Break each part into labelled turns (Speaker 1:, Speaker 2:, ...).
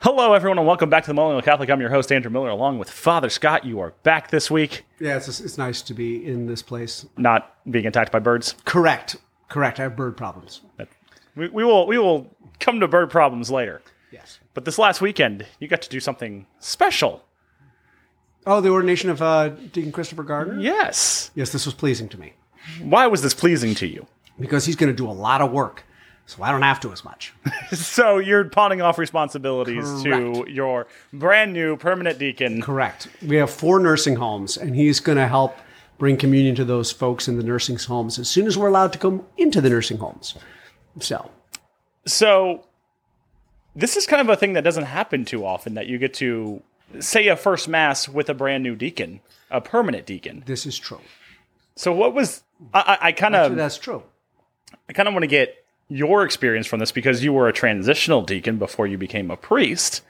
Speaker 1: Hello, everyone, and welcome back to the Millennial Catholic. I'm your host, Andrew Miller, along with Father Scott. You are back this week,
Speaker 2: Yeah, it's, it's nice to be in this place.
Speaker 1: not being attacked by birds.
Speaker 2: Correct. Correct. I have bird problems.
Speaker 1: We, we will we will come to bird problems later.
Speaker 2: Yes.
Speaker 1: But this last weekend, you got to do something special.
Speaker 2: Oh, the ordination of uh, Deacon Christopher Gardner?
Speaker 1: Yes.
Speaker 2: Yes, this was pleasing to me
Speaker 1: Why was this pleasing to you?
Speaker 2: because he's going to do a lot of work, so I don't have to as much.
Speaker 1: So you're pawning off responsibilities to your brand new permanent deacon.
Speaker 2: Correct. We have four nursing homes, and he's going to help bring communion to those folks in the nursing homes as soon as we're allowed to come into the nursing homes. So,
Speaker 1: So this is kind of a thing that doesn't happen too often that you get to say a first mass with a brand new deacon, a permanent deacon.
Speaker 2: this is true.
Speaker 1: So what was I, I, I kind of
Speaker 2: That's true.
Speaker 1: I kind of want to get your experience from this because you were a transitional deacon before you became a priest.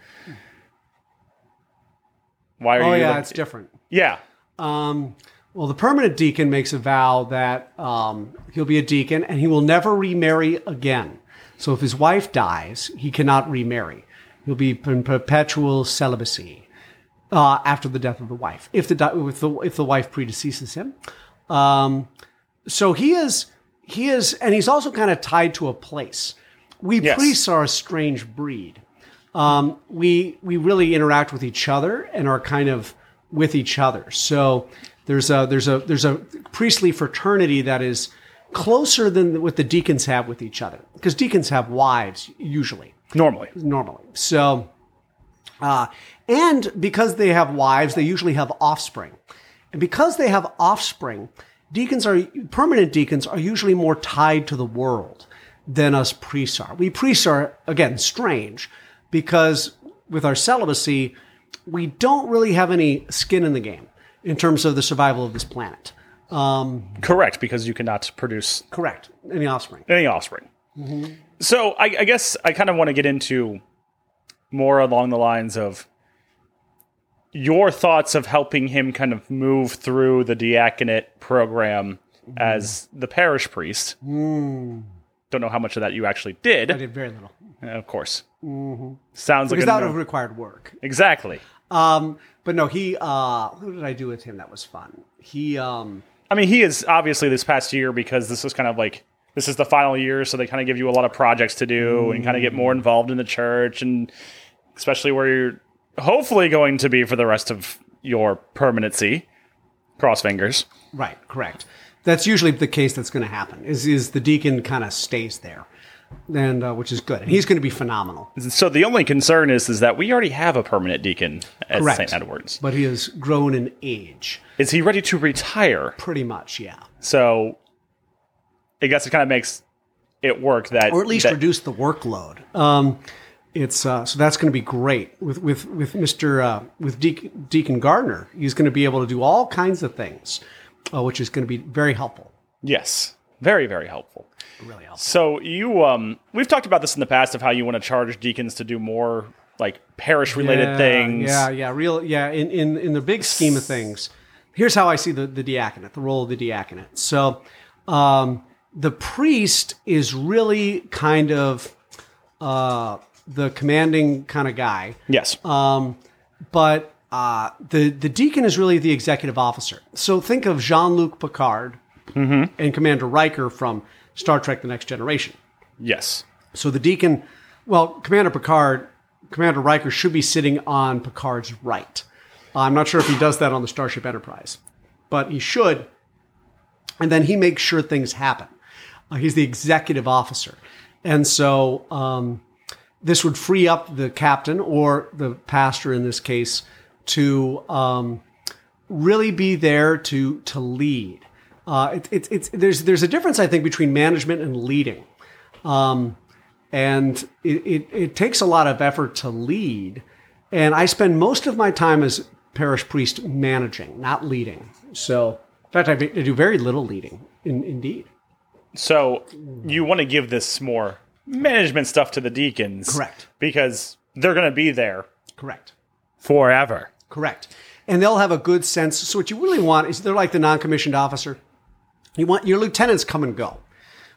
Speaker 1: Why are
Speaker 2: Oh,
Speaker 1: you?
Speaker 2: yeah,
Speaker 1: like-
Speaker 2: it's different.
Speaker 1: yeah.
Speaker 2: Um, well, the permanent deacon makes a vow that um, he'll be a deacon and he will never remarry again. So if his wife dies, he cannot remarry. He'll be in perpetual celibacy uh, after the death of the wife, if the, di- if the, if the wife predeceases him. Um, so he is, he is, and he's also kind of tied to a place. We
Speaker 1: Yes.
Speaker 2: priests are a strange breed um, we we really interact with each other and are kind of with each other. So there's a there's a there's a priestly fraternity that is closer than what the deacons have with each other because deacons have wives usually
Speaker 1: Normally,
Speaker 2: normally. So, uh, and because they have wives, they usually have offspring. And because they have offspring, deacons are permanent deacons are usually more tied to the world than us priests are. We priests are again strange because with our celibacy, we don't really have any skin in the game in terms of the survival of this planet.
Speaker 1: correct, because you cannot produce
Speaker 2: Correct. Any offspring.
Speaker 1: any offspring. So I, I guess I kind of want to get into more along the lines of your thoughts of helping him kind of move through the diaconate program as the parish priest. Don't know how much of that you actually did.
Speaker 2: Hmm. I did very little
Speaker 1: Of course. Sounds like
Speaker 2: because that
Speaker 1: a
Speaker 2: would
Speaker 1: no.
Speaker 2: have required work.
Speaker 1: exactly.
Speaker 2: Um, but no, he. Uh, who did I do with him? That was fun. He. Um,
Speaker 1: I mean, he is obviously this past year because this is kind of like this is the final year, so they kind of give you a lot of projects to do and kind of get
Speaker 2: Mm.
Speaker 1: more involved in the church, and especially where you're hopefully going to be for the rest of your permanency. Cross fingers.
Speaker 2: right. Correct. That's usually the case. That's going to happen. Is is the deacon kind of stays there, and uh, which is good. And he's going to be phenomenal.
Speaker 1: So the only concern is is that we already have a permanent deacon at
Speaker 2: Correct.
Speaker 1: St. Edward's.
Speaker 2: But he has grown in age,
Speaker 1: Is he ready to retire?
Speaker 2: pretty much. Yeah,
Speaker 1: So I guess it kind of makes it work that
Speaker 2: or at least
Speaker 1: that-
Speaker 2: reduce the workload. Um, it's uh, so that's going to be great with with with Mister uh, with Deacon, Deacon Gardner. He's going to be able to do all kinds of things, uh, which is going to be very helpful.
Speaker 1: Yes, very very helpful.
Speaker 2: Really helpful.
Speaker 1: So you um we've talked about this in the past of how you want to charge deacons to do more like parish related
Speaker 2: yeah,
Speaker 1: things.
Speaker 2: Yeah, yeah, real. Yeah, in in in the big scheme of things, here's how I see the the diaconate, the role of the diaconate. So, um, the priest is really kind of uh, the commanding kind of guy,
Speaker 1: Yes.
Speaker 2: um, but uh, the the deacon is really the executive officer. So think of Jean Luc Picard and Commander Riker from Star Trek: The Next Generation.
Speaker 1: yes.
Speaker 2: So the deacon, well, Commander Picard, Commander Riker should be sitting on Picard's right. I'm not sure if he does that on the Starship Enterprise, but he should. And then he makes sure things happen. Uh, he's the executive officer. And so um, this would free up the captain or the pastor in this case to um, really be there to to lead. Uh, it, it's it's there's there's a difference I think between management and leading and it, it, it takes a lot of effort to lead. And I spend most of my time as parish priest managing, not leading. So, in fact, I be- I do very little leading, in, indeed.
Speaker 1: So you want to give this more management stuff to the deacons.
Speaker 2: Correct.
Speaker 1: Because they're going to be there
Speaker 2: Correct.
Speaker 1: forever.
Speaker 2: Correct. And they'll have a good sense. So, what you really want is they're like the non commissioned officer. You want your lieutenants come and go,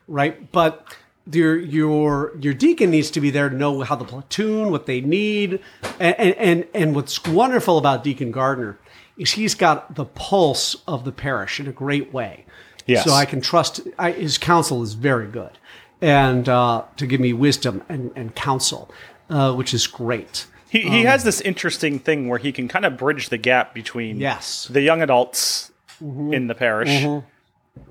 Speaker 2: right? But your your your deacon needs to be there to know how the platoon, what they need, and and and, and what's wonderful about Deacon Gardner is he's got the pulse of the parish in a great way.
Speaker 1: Yes.
Speaker 2: So I can trust I, his counsel is very good, and uh, to give me wisdom and and counsel, uh, which is great.
Speaker 1: He, he
Speaker 2: Um,
Speaker 1: has this interesting thing where he can kind of bridge the gap between
Speaker 2: Yes. Mm-hmm.
Speaker 1: the young adults in the parish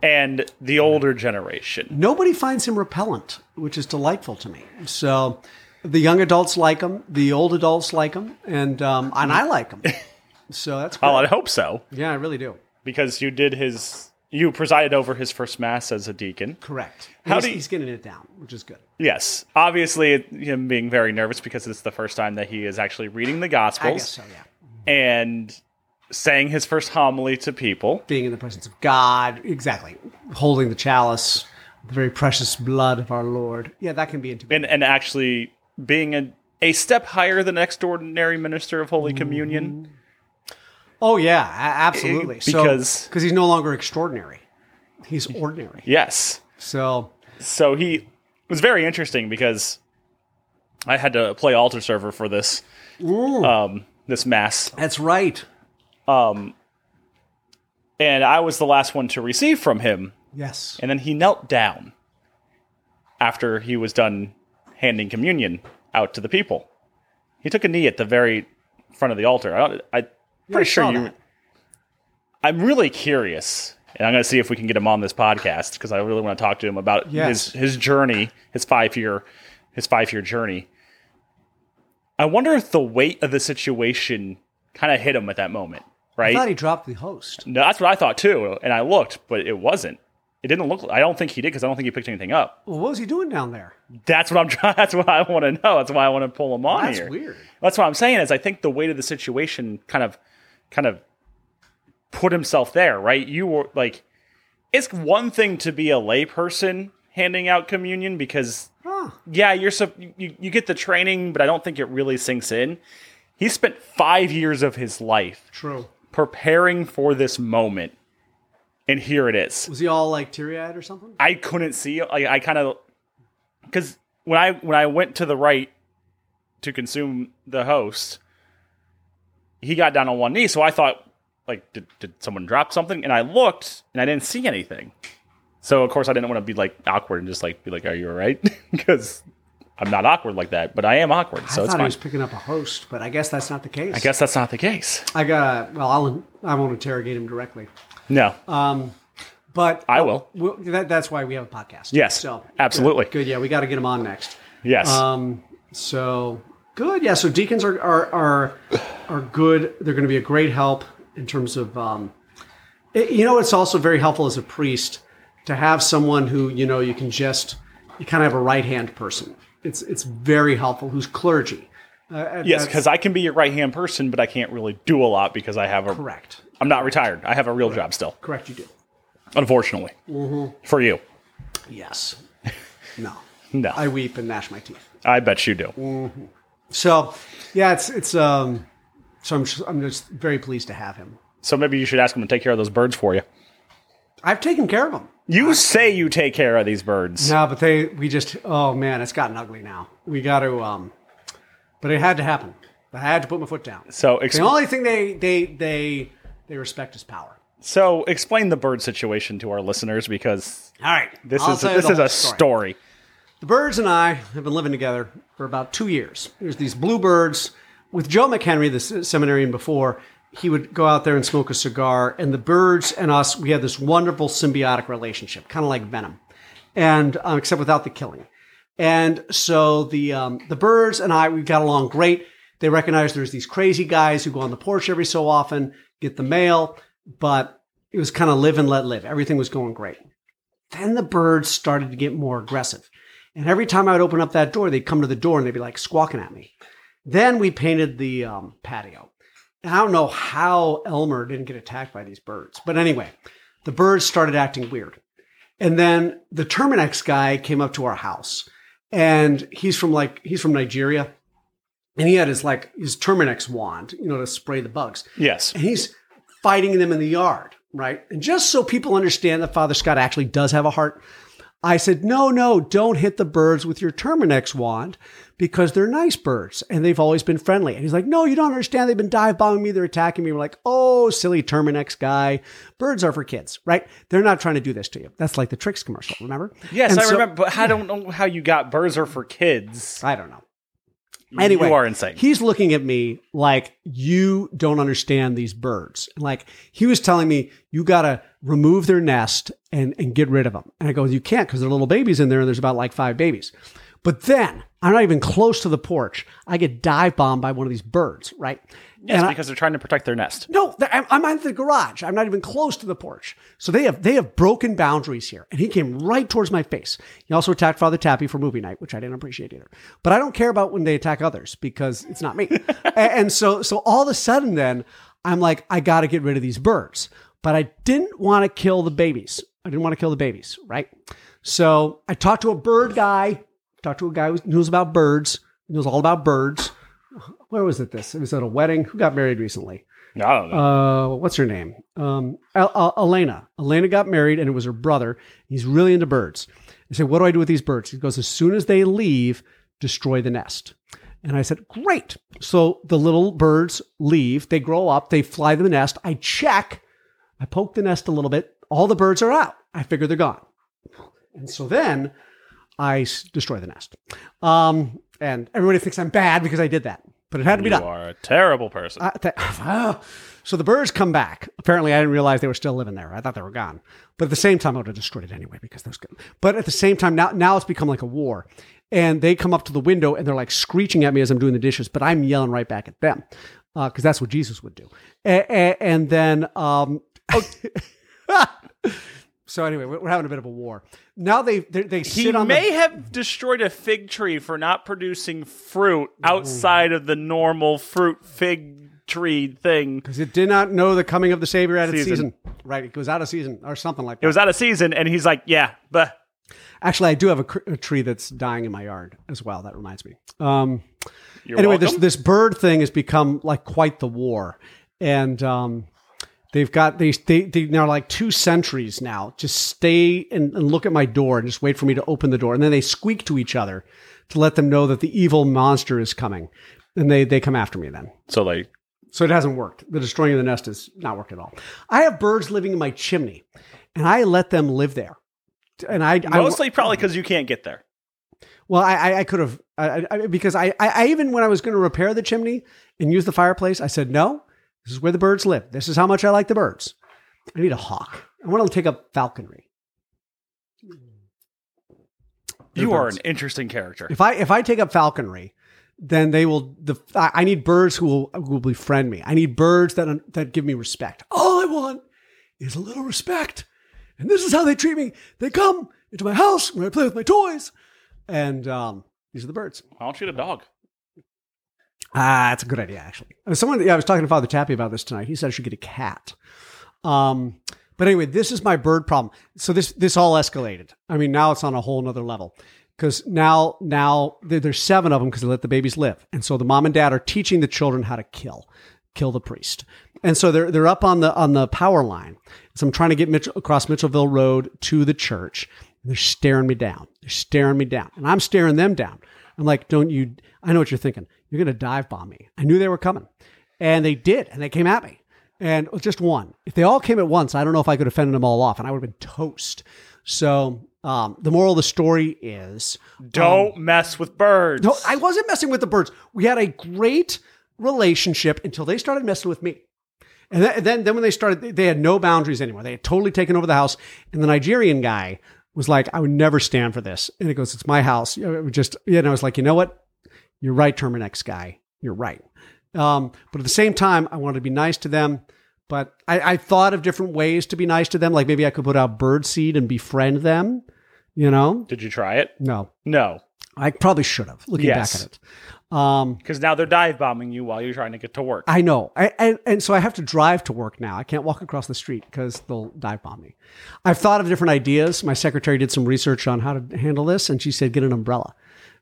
Speaker 1: and the older generation.
Speaker 2: nobody finds him repellent, which is delightful to me. So the young adults like him, the old adults like him, and um, and I like him. So that's
Speaker 1: Well,
Speaker 2: cool.
Speaker 1: I hope so
Speaker 2: yeah, I really do.
Speaker 1: because you did his you presided over his first mass as a deacon.
Speaker 2: Correct.
Speaker 1: How
Speaker 2: he's,
Speaker 1: do you-
Speaker 2: he's getting it down, which is good.
Speaker 1: Yes, obviously him being very nervous because it's the first time that he is actually reading the
Speaker 2: I
Speaker 1: Gospels
Speaker 2: guess so. Yeah,
Speaker 1: and saying his first homily to people.
Speaker 2: being in the presence of God, exactly, holding the chalice, the very precious blood of our Lord. Yeah, that can be intimate.
Speaker 1: and, and actually being a, a step higher than next ordinary minister of Holy
Speaker 2: Mm-hmm.
Speaker 1: Communion.
Speaker 2: Oh yeah, a- absolutely.
Speaker 1: Because-
Speaker 2: because he's no longer extraordinary, he's ordinary.
Speaker 1: Yes.
Speaker 2: So
Speaker 1: So he it was very interesting because I had to play altar server for this um, this mass,
Speaker 2: that's right.
Speaker 1: and I was the last one to receive from him,
Speaker 2: Yes.
Speaker 1: and then he knelt down after he was done handing communion out to the people. He took a knee at the very front of the altar. I, I'm pretty
Speaker 2: saw
Speaker 1: sure you.
Speaker 2: that.
Speaker 1: I'm really curious, and I'm going to see if we can get him on this podcast because I really want to talk to him about
Speaker 2: Yes.
Speaker 1: his his journey, his five year, his five year journey. I wonder if the weight of the situation kind of hit him at that moment, right?
Speaker 2: I thought he dropped the host.
Speaker 1: no, that's what I thought too, and I looked, but it wasn't. It didn't look. I don't think he did because I don't think he picked anything up.
Speaker 2: Well, what was he doing down there?
Speaker 1: That's what I'm trying. That's what I want to know. That's why I want to pull him on
Speaker 2: That's
Speaker 1: here.
Speaker 2: weird.
Speaker 1: That's what I'm saying is I think the weight of the situation kind of kind of put himself there, right? You were like it's one thing to be a layperson handing out communion because
Speaker 2: Huh.
Speaker 1: yeah, you're so you, you get the training, but I don't think it really sinks in. He spent 5 years of his life
Speaker 2: True.
Speaker 1: preparing for this moment. And here it is.
Speaker 2: Was he all like teary eyed or something?
Speaker 1: I couldn't see. I, I kind of because when I when I went to the right to consume the host, he got down on one knee. So I thought, like, did, did someone drop something? And I looked, and I didn't see anything. So of course I didn't want to be like awkward and just like be like, "Are you all right?" Because I'm not awkward like that, but I am awkward, so
Speaker 2: I
Speaker 1: it's
Speaker 2: thought
Speaker 1: fine.
Speaker 2: he was picking up a host, but I guess that's not the case.
Speaker 1: I guess that's not the case.
Speaker 2: I got. Well, I'll. I won't interrogate him directly,
Speaker 1: No,
Speaker 2: Uh, but
Speaker 1: I will.
Speaker 2: well, that, that's why we have a podcast.
Speaker 1: Yes, absolutely.
Speaker 2: oh. Good. good, Yeah, we got to get him on next.
Speaker 1: Yes,
Speaker 2: Um. So good. Yeah. So deacons are are are, are good. They're going to be a great help in terms of. Um, it- you know, it's also very helpful as a priest to have someone who you know you can just you kind of have a right hand person. It's it's very helpful. Who's clergy? Uh, and
Speaker 1: yes,
Speaker 2: that's
Speaker 1: because I can be your right hand person, but I can't really do a lot because I have a.
Speaker 2: correct.
Speaker 1: I'm not retired. I have a real job still.
Speaker 2: Correct. You do.
Speaker 1: unfortunately
Speaker 2: Mm-hmm.
Speaker 1: for you
Speaker 2: Yes. No.
Speaker 1: no
Speaker 2: I
Speaker 1: I,
Speaker 2: weep and gnash my teeth.
Speaker 1: bet you do
Speaker 2: So, yeah, it's it's um. So I'm just, I'm just very pleased to have him.
Speaker 1: so maybe you should ask him to take care of those birds for you
Speaker 2: I've taken care of him.
Speaker 1: you say you take care of these birds
Speaker 2: No, but they we just oh man, it's gotten ugly now. We got to um, but it had to happen. I had to put my foot down.
Speaker 1: so
Speaker 2: the
Speaker 1: ex-
Speaker 2: only thing they they they they respect is power.
Speaker 1: so explain the bird situation to our listeners because
Speaker 2: All right,
Speaker 1: this
Speaker 2: I'll
Speaker 1: is
Speaker 2: tell you
Speaker 1: this
Speaker 2: the
Speaker 1: is
Speaker 2: whole
Speaker 1: a story,
Speaker 2: The birds and I have been living together for about two years. There's these bluebirds. With Joe McHenry, the se- seminarian before, he would go out there and smoke a cigar, and the birds and us, we had this wonderful symbiotic relationship, kind of like venom, and um, except without the killing. And so the um, the birds and I, we got along great. They recognize there's these crazy guys who go on the porch every so often, get the mail, but it was kind of live and let live. Everything was going great. Then the birds started to get more aggressive. And every time I would open up that door, they'd come to the door and they'd be like squawking at me. Then we painted the um, patio. And I don't know how Elmer didn't get attacked by these birds. But anyway, the birds started acting weird. And then the Terminex guy came up to our house. And he's from like, he's from Nigeria. And he had his like, his Terminex wand, you know, to spray the bugs
Speaker 1: yes
Speaker 2: and he's fighting them in the yard, right? And just so people understand that Father Scott actually does have a heart, I said, no, no, don't hit the birds with your Terminex wand because they're nice birds and they've always been friendly. And he's like, no, you don't understand. They've been dive bombing me. They're attacking me. We're like, oh, silly Terminex guy. Birds are for kids, right? They're not trying to do this to you. That's like the tricks commercial, remember?
Speaker 1: Yes,
Speaker 2: And
Speaker 1: I
Speaker 2: so-
Speaker 1: remember, but I don't know how you got birds are for kids.
Speaker 2: I don't know. Anyway,
Speaker 1: you are insane.
Speaker 2: He's looking at me like you don't understand these birds. Like he was telling me, you gotta remove their nest and and get rid of them. And I go, you can't because they're little babies in there, and there's about like five babies. But then I'm not even close to the porch. I get dive bombed by one of these birds, right?
Speaker 1: yes,
Speaker 2: And I-
Speaker 1: because they're trying to protect their nest.
Speaker 2: no, th- I'm, I'm at the garage. I'm not even close to the porch. So they have they have broken boundaries here, and he came right towards my face. He also attacked Father Tappy for movie night, which I didn't appreciate either. But I don't care about when they attack others because it's not me. A- and so so all of a sudden, then I'm like, I got to get rid of these birds. But I didn't want to kill the babies. I didn't want to kill the babies, right? So I talked to a bird guy. Talked to a guy who knows about birds. Knows all about birds. Where was it? This it was at a wedding. Who got married recently?
Speaker 1: No, I don't know.
Speaker 2: uh, what's her name? Um, Al- Al- Elena. Elena got married, and it was her brother. He's really into birds. I said, "What do I do with these birds?" He goes, "As soon as they leave, destroy the nest." And I said, "Great." So the little birds leave. They grow up. They fly to the nest. I check. I poke the nest a little bit. All the birds are out. I figure they're gone. And so then I s- destroy the nest. Um, and everybody thinks I'm bad because I did that, but it had to be
Speaker 1: you
Speaker 2: done.
Speaker 1: are a terrible person.
Speaker 2: I- that- ah. so the birds come back. Apparently, I didn't realize they were still living there. I thought they were gone. But at the same time, I would have destroyed it anyway because those. Good. But at the same time, now now it's become like a war, and they come up to the window and they're like screeching at me as I'm doing the dishes, but I'm yelling right back at them because that's what Jesus would do. A- a- and then, um,
Speaker 1: Oh.
Speaker 2: so anyway, we're we're having a bit of a war. Now they they, they
Speaker 1: he
Speaker 2: sit on the-
Speaker 1: may have destroyed a fig tree for not producing fruit outside of the normal fruit fig tree thing.
Speaker 2: because it did not know the coming of the Savior at its season.
Speaker 1: Season.
Speaker 2: Right, it goes out of season or something like
Speaker 1: It
Speaker 2: that.
Speaker 1: was out of season, and he's like, "Yeah, but
Speaker 2: Actually, I do have a, cr- a tree that's dying in my yard as well. That reminds me. Um,
Speaker 1: you're
Speaker 2: anyway,
Speaker 1: welcome."
Speaker 2: this this bird thing has become like quite the war, and um, they've got they they they now like two sentries now just stay and, and look at my door and just wait for me to open the door, and then they squeak to each other to let them know that the evil monster is coming, and they they come after me then.
Speaker 1: so like
Speaker 2: So it hasn't worked. The destroying of the nest has not worked at all. I have birds living in my chimney, and I let them live there. And I, I
Speaker 1: mostly probably because you can't get there.
Speaker 2: Well, I I, I could have I, I, because I, I I even when I was going to repair the chimney and use the fireplace, I said no. This is where the birds live. This is how much I like the birds. I need a hawk. I want to take up falconry.
Speaker 1: You are
Speaker 2: birds.
Speaker 1: an interesting character.
Speaker 2: If I if I take up falconry, then they will. The I I need birds who will who will befriend me. I need birds that that give me respect. All I want is a little respect, and this is how they treat me. They come into my house where I play with my toys, and um, these are the birds.
Speaker 1: Why don't you get a dog?
Speaker 2: Ah, that's a good idea, actually. Uh, Someone, yeah, I was talking to Father Tappy about this tonight. He said I should get a cat. Um, but anyway, this is my bird problem. So this this all escalated. I mean, now it's on a whole nother level because now now there, there's seven of them because they let the babies live, and so the mom and dad are teaching the children how to kill, kill the priest, and so they're they're up on the on the power line. So I'm trying to get Mitchell, across Mitchellville Road to the church. And they're staring me down. They're staring me down, and I'm staring them down. I'm like, don't you? I know what you're thinking. You're gonna dive bomb me. I knew they were coming, and they did, and they came at me and just one. If they all came at once, I don't know if I could have fended them all off, and I would have been toast. So um, the moral of the story is
Speaker 1: Don't mess with birds.
Speaker 2: Um, no, I wasn't messing with the birds. We had a great relationship until they started messing with me. And then, and then, then when they started, they- they had no boundaries anymore. They had totally taken over the house. And the Nigerian guy was like, I would never stand for this. And he goes, It's my house. You know, it was just, yeah. And I was like, You know what? You're right, Terminex guy. You're right. Um, but at the same time, I wanted to be nice to them. But I, I thought of different ways to be nice to them. Like maybe I could put out bird seed and befriend them, you know?
Speaker 1: Did you try it?
Speaker 2: No,
Speaker 1: No,
Speaker 2: I probably should have, looking
Speaker 1: Yes.
Speaker 2: back at it. Um,
Speaker 1: because now they're dive bombing you while you're trying to get to work.
Speaker 2: I know. I, and, and so I have to drive to work now. I can't walk across the street because they'll dive bomb me. I've thought of different ideas. My secretary did some research on how to handle this, and she said, get an umbrella.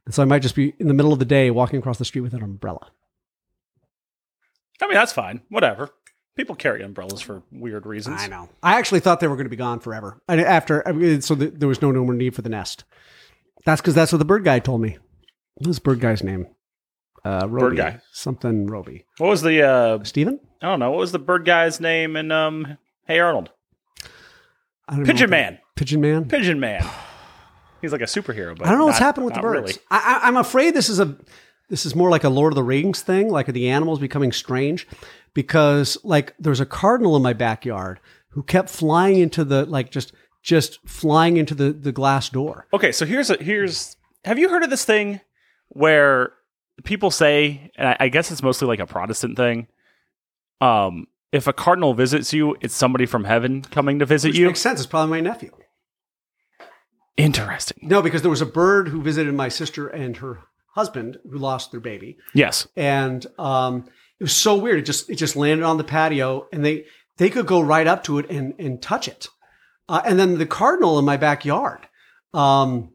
Speaker 2: And so I might just be in the middle of the day walking across the street with an umbrella.
Speaker 1: I mean, that's fine. Whatever. People carry umbrellas for weird reasons.
Speaker 2: I know. I actually thought they were going to be gone forever. And after, I mean, so th- there was no no more need for the nest. That's because that's what the bird guy told me. What's this bird guy's name? Uh,
Speaker 1: Bird
Speaker 2: Roby.
Speaker 1: guy.
Speaker 2: Something Roby.
Speaker 1: What was the uh
Speaker 2: Steven?
Speaker 1: I don't know, what was the bird guy's name in um Hey Arnold?
Speaker 2: I don't know
Speaker 1: Pigeon
Speaker 2: what
Speaker 1: Man.
Speaker 2: the- Pigeon Man?
Speaker 1: Pigeon Man. He's like a superhero, but
Speaker 2: I don't know what's
Speaker 1: not-
Speaker 2: happened with the
Speaker 1: not
Speaker 2: birds.
Speaker 1: really.
Speaker 2: I, I, I'm afraid this is a this is more like a Lord of the Rings thing, like the animals becoming strange, because like there was a cardinal in my backyard who kept flying into the like just just flying into the the glass door.
Speaker 1: Okay, so here's a here's have you heard of this thing where people say, and I, I guess it's mostly like a Protestant thing, um, if a cardinal visits you, it's somebody from heaven coming to visit
Speaker 2: Which
Speaker 1: you.
Speaker 2: makes sense. It's probably my nephew.
Speaker 1: Interesting.
Speaker 2: No, because there was a bird who visited my sister and her husband who lost their baby,
Speaker 1: Yes.
Speaker 2: and um, it was so weird. It just it just landed on the patio, and they they could go right up to it and and touch it. Uh, and then the cardinal in my backyard um,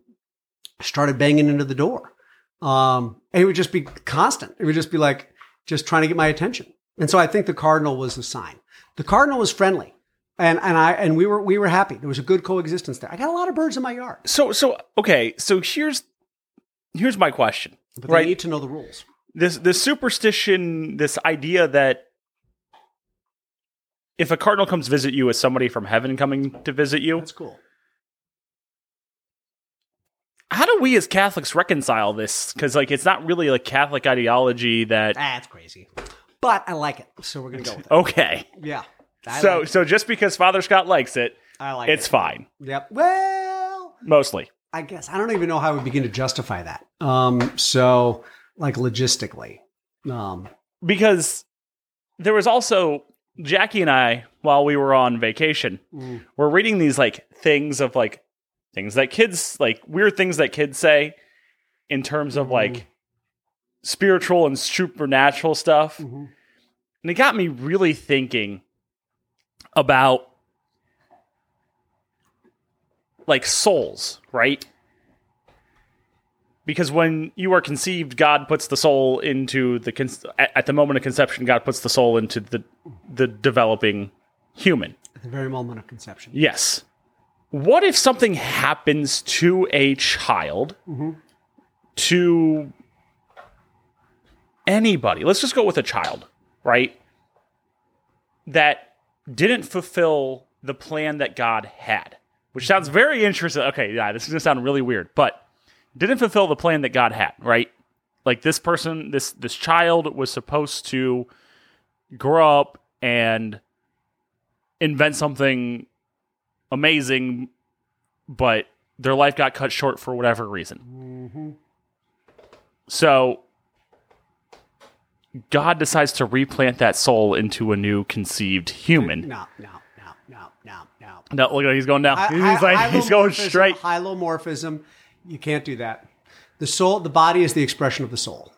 Speaker 2: started banging into the door. Um, and it would just be constant. It would just be like just trying to get my attention. And so I think the cardinal was the sign. The cardinal was friendly, and and I and we were we were happy. There was a good coexistence there. I got a lot of birds in my yard,
Speaker 1: So so okay, so here's here's my question.
Speaker 2: but
Speaker 1: Right.
Speaker 2: they need to know the rules.
Speaker 1: this this superstition, this idea that if a cardinal comes visit you, it's somebody from heaven coming to visit you.
Speaker 2: That's cool.
Speaker 1: How do we as Catholics reconcile this? Because like it's not really like Catholic ideology that
Speaker 2: That's crazy, but I like it, so we're gonna go with it.
Speaker 1: okay.
Speaker 2: Yeah. I
Speaker 1: so
Speaker 2: like,
Speaker 1: so just because Father Scott likes it,
Speaker 2: I like
Speaker 1: it's
Speaker 2: it.
Speaker 1: fine
Speaker 2: Yep. Well,
Speaker 1: mostly.
Speaker 2: I guess I don't even know how I would begin to justify that. Um, so like logistically, um,
Speaker 1: because there was also Jackie and I while we were on vacation
Speaker 2: Mm.
Speaker 1: were reading these like things of like things that kids like weird things that kids say in terms of
Speaker 2: Mm.
Speaker 1: like spiritual and supernatural stuff
Speaker 2: Mhm.
Speaker 1: and it got me really thinking about like souls, right? Because when you are conceived, God puts the soul into the con- at at the moment of conception, God puts the soul into the the developing human.
Speaker 2: at the very moment of conception.
Speaker 1: Yes. What if something happens to a child to anybody? Let's just go with a child, right? That didn't fulfill the plan that God had, which sounds very interesting. Okay, yeah, this is going to sound really weird, but didn't fulfill the plan that God had, right? Like this person, this this child was supposed to grow up and invent something amazing, but their life got cut short for whatever reason.
Speaker 2: Mm-hmm.
Speaker 1: So God decides to replant that soul into a new conceived human.
Speaker 2: No, no, no, no, no, no.
Speaker 1: No, look at he's going down.
Speaker 2: I-
Speaker 1: he's
Speaker 2: I-
Speaker 1: like he's going
Speaker 2: hylomorphism-
Speaker 1: straight.
Speaker 2: Hylomorphism. You can't do that. The soul, the body is the expression of the soul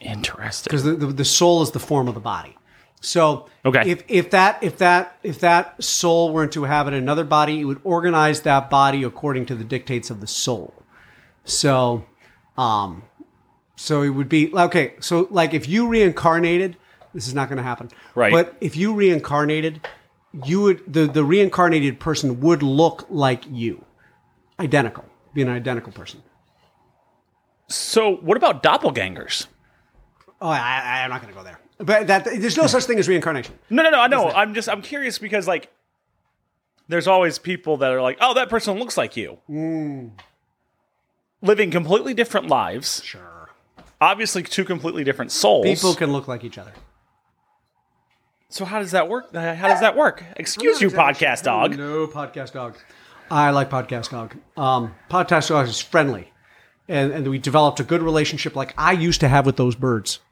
Speaker 1: Interesting.
Speaker 2: because the, the, the soul is the form of the body. So
Speaker 1: Okay.
Speaker 2: if, if that if that if that soul were to inhabit another body, it would organize that body according to the dictates of the soul. So, um, so it would be okay. So like if you reincarnated, this is not going to happen.
Speaker 1: Right.
Speaker 2: But if you reincarnated, you would the the reincarnated person would look like you, identical, be an identical person.
Speaker 1: So what about doppelgangers?
Speaker 2: Oh, I, I, I'm not going to go there. But that there's no such thing as reincarnation.
Speaker 1: No, no, no. I know. I'm just I'm curious because like there's always people that are like, oh, that person looks like you. Mm. Living completely different lives,
Speaker 2: Sure.
Speaker 1: obviously two completely different souls.
Speaker 2: People can look like each other.
Speaker 1: So how does that work? Uh, How does that work? Excuse you, podcast dog.
Speaker 2: No, podcast dog. I like podcast dog. Um, podcast dog is friendly, and and we developed a good relationship like I used to have with those birds.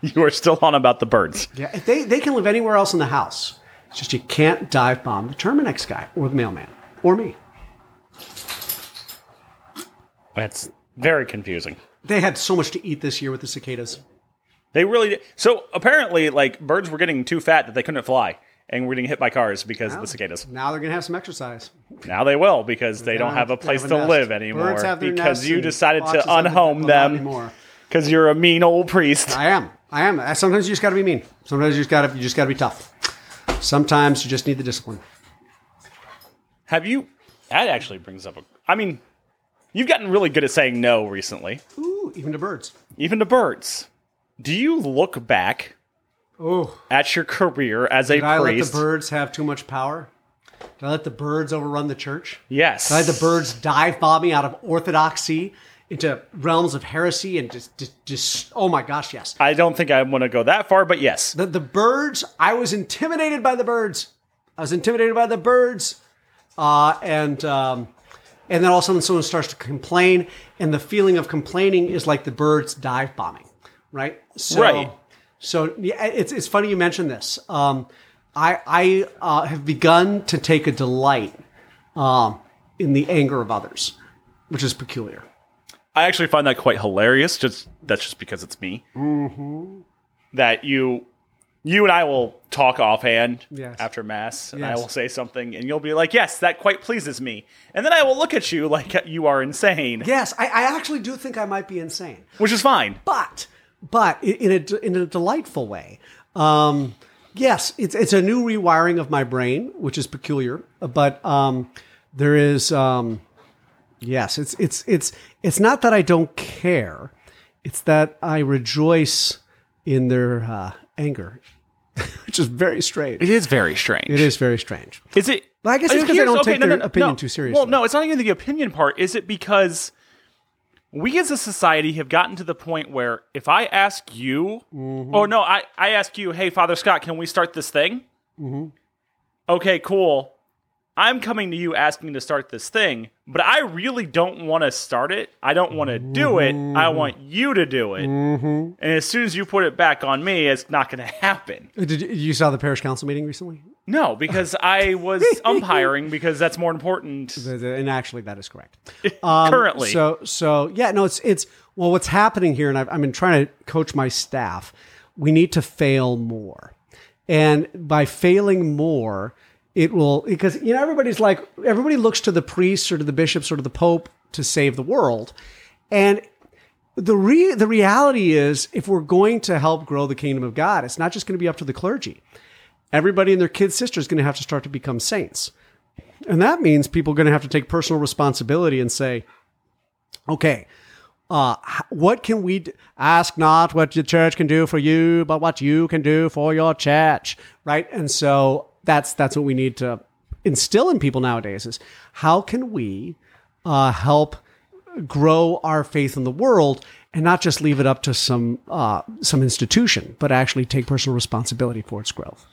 Speaker 1: You are still on about the birds.
Speaker 2: Yeah, if they they can live anywhere else in the house. It's just you can't dive bomb the Terminex guy or the mailman or me.
Speaker 1: That's very confusing.
Speaker 2: They had so much to eat this year with the cicadas.
Speaker 1: They really did. so apparently like birds were getting too fat that they couldn't fly and were getting hit by cars because of the cicadas.
Speaker 2: Now they're gonna have some exercise.
Speaker 1: Now they will because they don't have a
Speaker 2: They
Speaker 1: place to
Speaker 2: nest.
Speaker 1: live anymore
Speaker 2: Birds have their
Speaker 1: because
Speaker 2: nests
Speaker 1: you
Speaker 2: and
Speaker 1: decided to
Speaker 2: foxes have their-
Speaker 1: unhome
Speaker 2: well, not
Speaker 1: them
Speaker 2: anymore.
Speaker 1: because you're a mean old priest.
Speaker 2: I am. I am. I- Sometimes you just got to be mean. Sometimes you just got to you just got to be tough. Sometimes you just need the discipline.
Speaker 1: Have you? That actually brings up a. I mean, you've gotten really good at saying no recently,
Speaker 2: Ooh, even to birds.
Speaker 1: even to birds. Do you look back
Speaker 2: Oh,
Speaker 1: at your career as a
Speaker 2: did I let
Speaker 1: priest?
Speaker 2: the birds have too much power? Did I let the birds overrun the church?
Speaker 1: yes.
Speaker 2: Did I let the birds dive bomb me out of orthodoxy into realms of heresy and just, just, just oh my gosh, yes.
Speaker 1: I don't think I want to go that far, but yes.
Speaker 2: The, the birds, I was intimidated by the birds. I was intimidated by the birds. Uh, and um, and then all of a sudden someone starts to complain, and the feeling of complaining is like the birds dive bombing, right? So,
Speaker 1: Right.
Speaker 2: So yeah, it's, it's funny you mentioned this. Um, I, I uh, have begun to take a delight um, in the anger of others, which is peculiar.
Speaker 1: I actually find that quite hilarious. Just that's just because it's me. Mm-hmm. That you, you and I will talk offhand
Speaker 2: Yes.
Speaker 1: after mass, and I
Speaker 2: Yes.
Speaker 1: will say something, and you'll be like, "Yes, that quite pleases me," and then I will look at you like you are insane,
Speaker 2: Yes, I, I actually do think I might be insane.
Speaker 1: which is fine.
Speaker 2: but but i- in a in a delightful way. Um, yes, it's it's a new rewiring of my brain, which is peculiar, but um, there is um, yes, it's it's it's it's not that I don't care, it's that I rejoice in their uh, anger, which is very strange.
Speaker 1: It is very strange.
Speaker 2: It is very strange.
Speaker 1: Is it?
Speaker 2: Well, I guess it's 'cause they
Speaker 1: here's-
Speaker 2: don't take their opinion too seriously.
Speaker 1: Well, no, it's not even the opinion part. Is it because we as a society have gotten to the point where if I ask you,
Speaker 2: Mm-hmm.
Speaker 1: oh no, I, I ask you, hey, Father Scott, can we start this thing?
Speaker 2: Mm-hmm.
Speaker 1: Okay, cool. I'm coming to you asking to start this thing, but I really don't want to start it. I don't want to do it. I
Speaker 2: Mm-hmm.
Speaker 1: want you to do it. And as soon as you put it back on me, it's not going to happen.
Speaker 2: Did you, you saw the parish council meeting recently?
Speaker 1: No, because I was umpiring because that's more important
Speaker 2: Uh, And actually, that is correct.
Speaker 1: currently.
Speaker 2: So so yeah, no, it's it's well, what's happening here, and I've, I've been trying to coach my staff. We need to fail more, and by failing more, it will because you know everybody's like everybody looks to the priests or to the bishops or to the pope to save the world, and the re- the reality is if we're going to help grow the kingdom of God, it's not just going to be up to the clergy. Everybody and their kid sister is going to have to start to become saints. And that means people are going to have to take personal responsibility and say, okay, uh, h- what can we d- ask not what your church can do for you, but what you can do for your church, right? And so that's that's what we need to instill in people nowadays is how can we uh, help grow our faith in the world and not just leave it up to some uh, some institution, but actually take personal responsibility for its growth.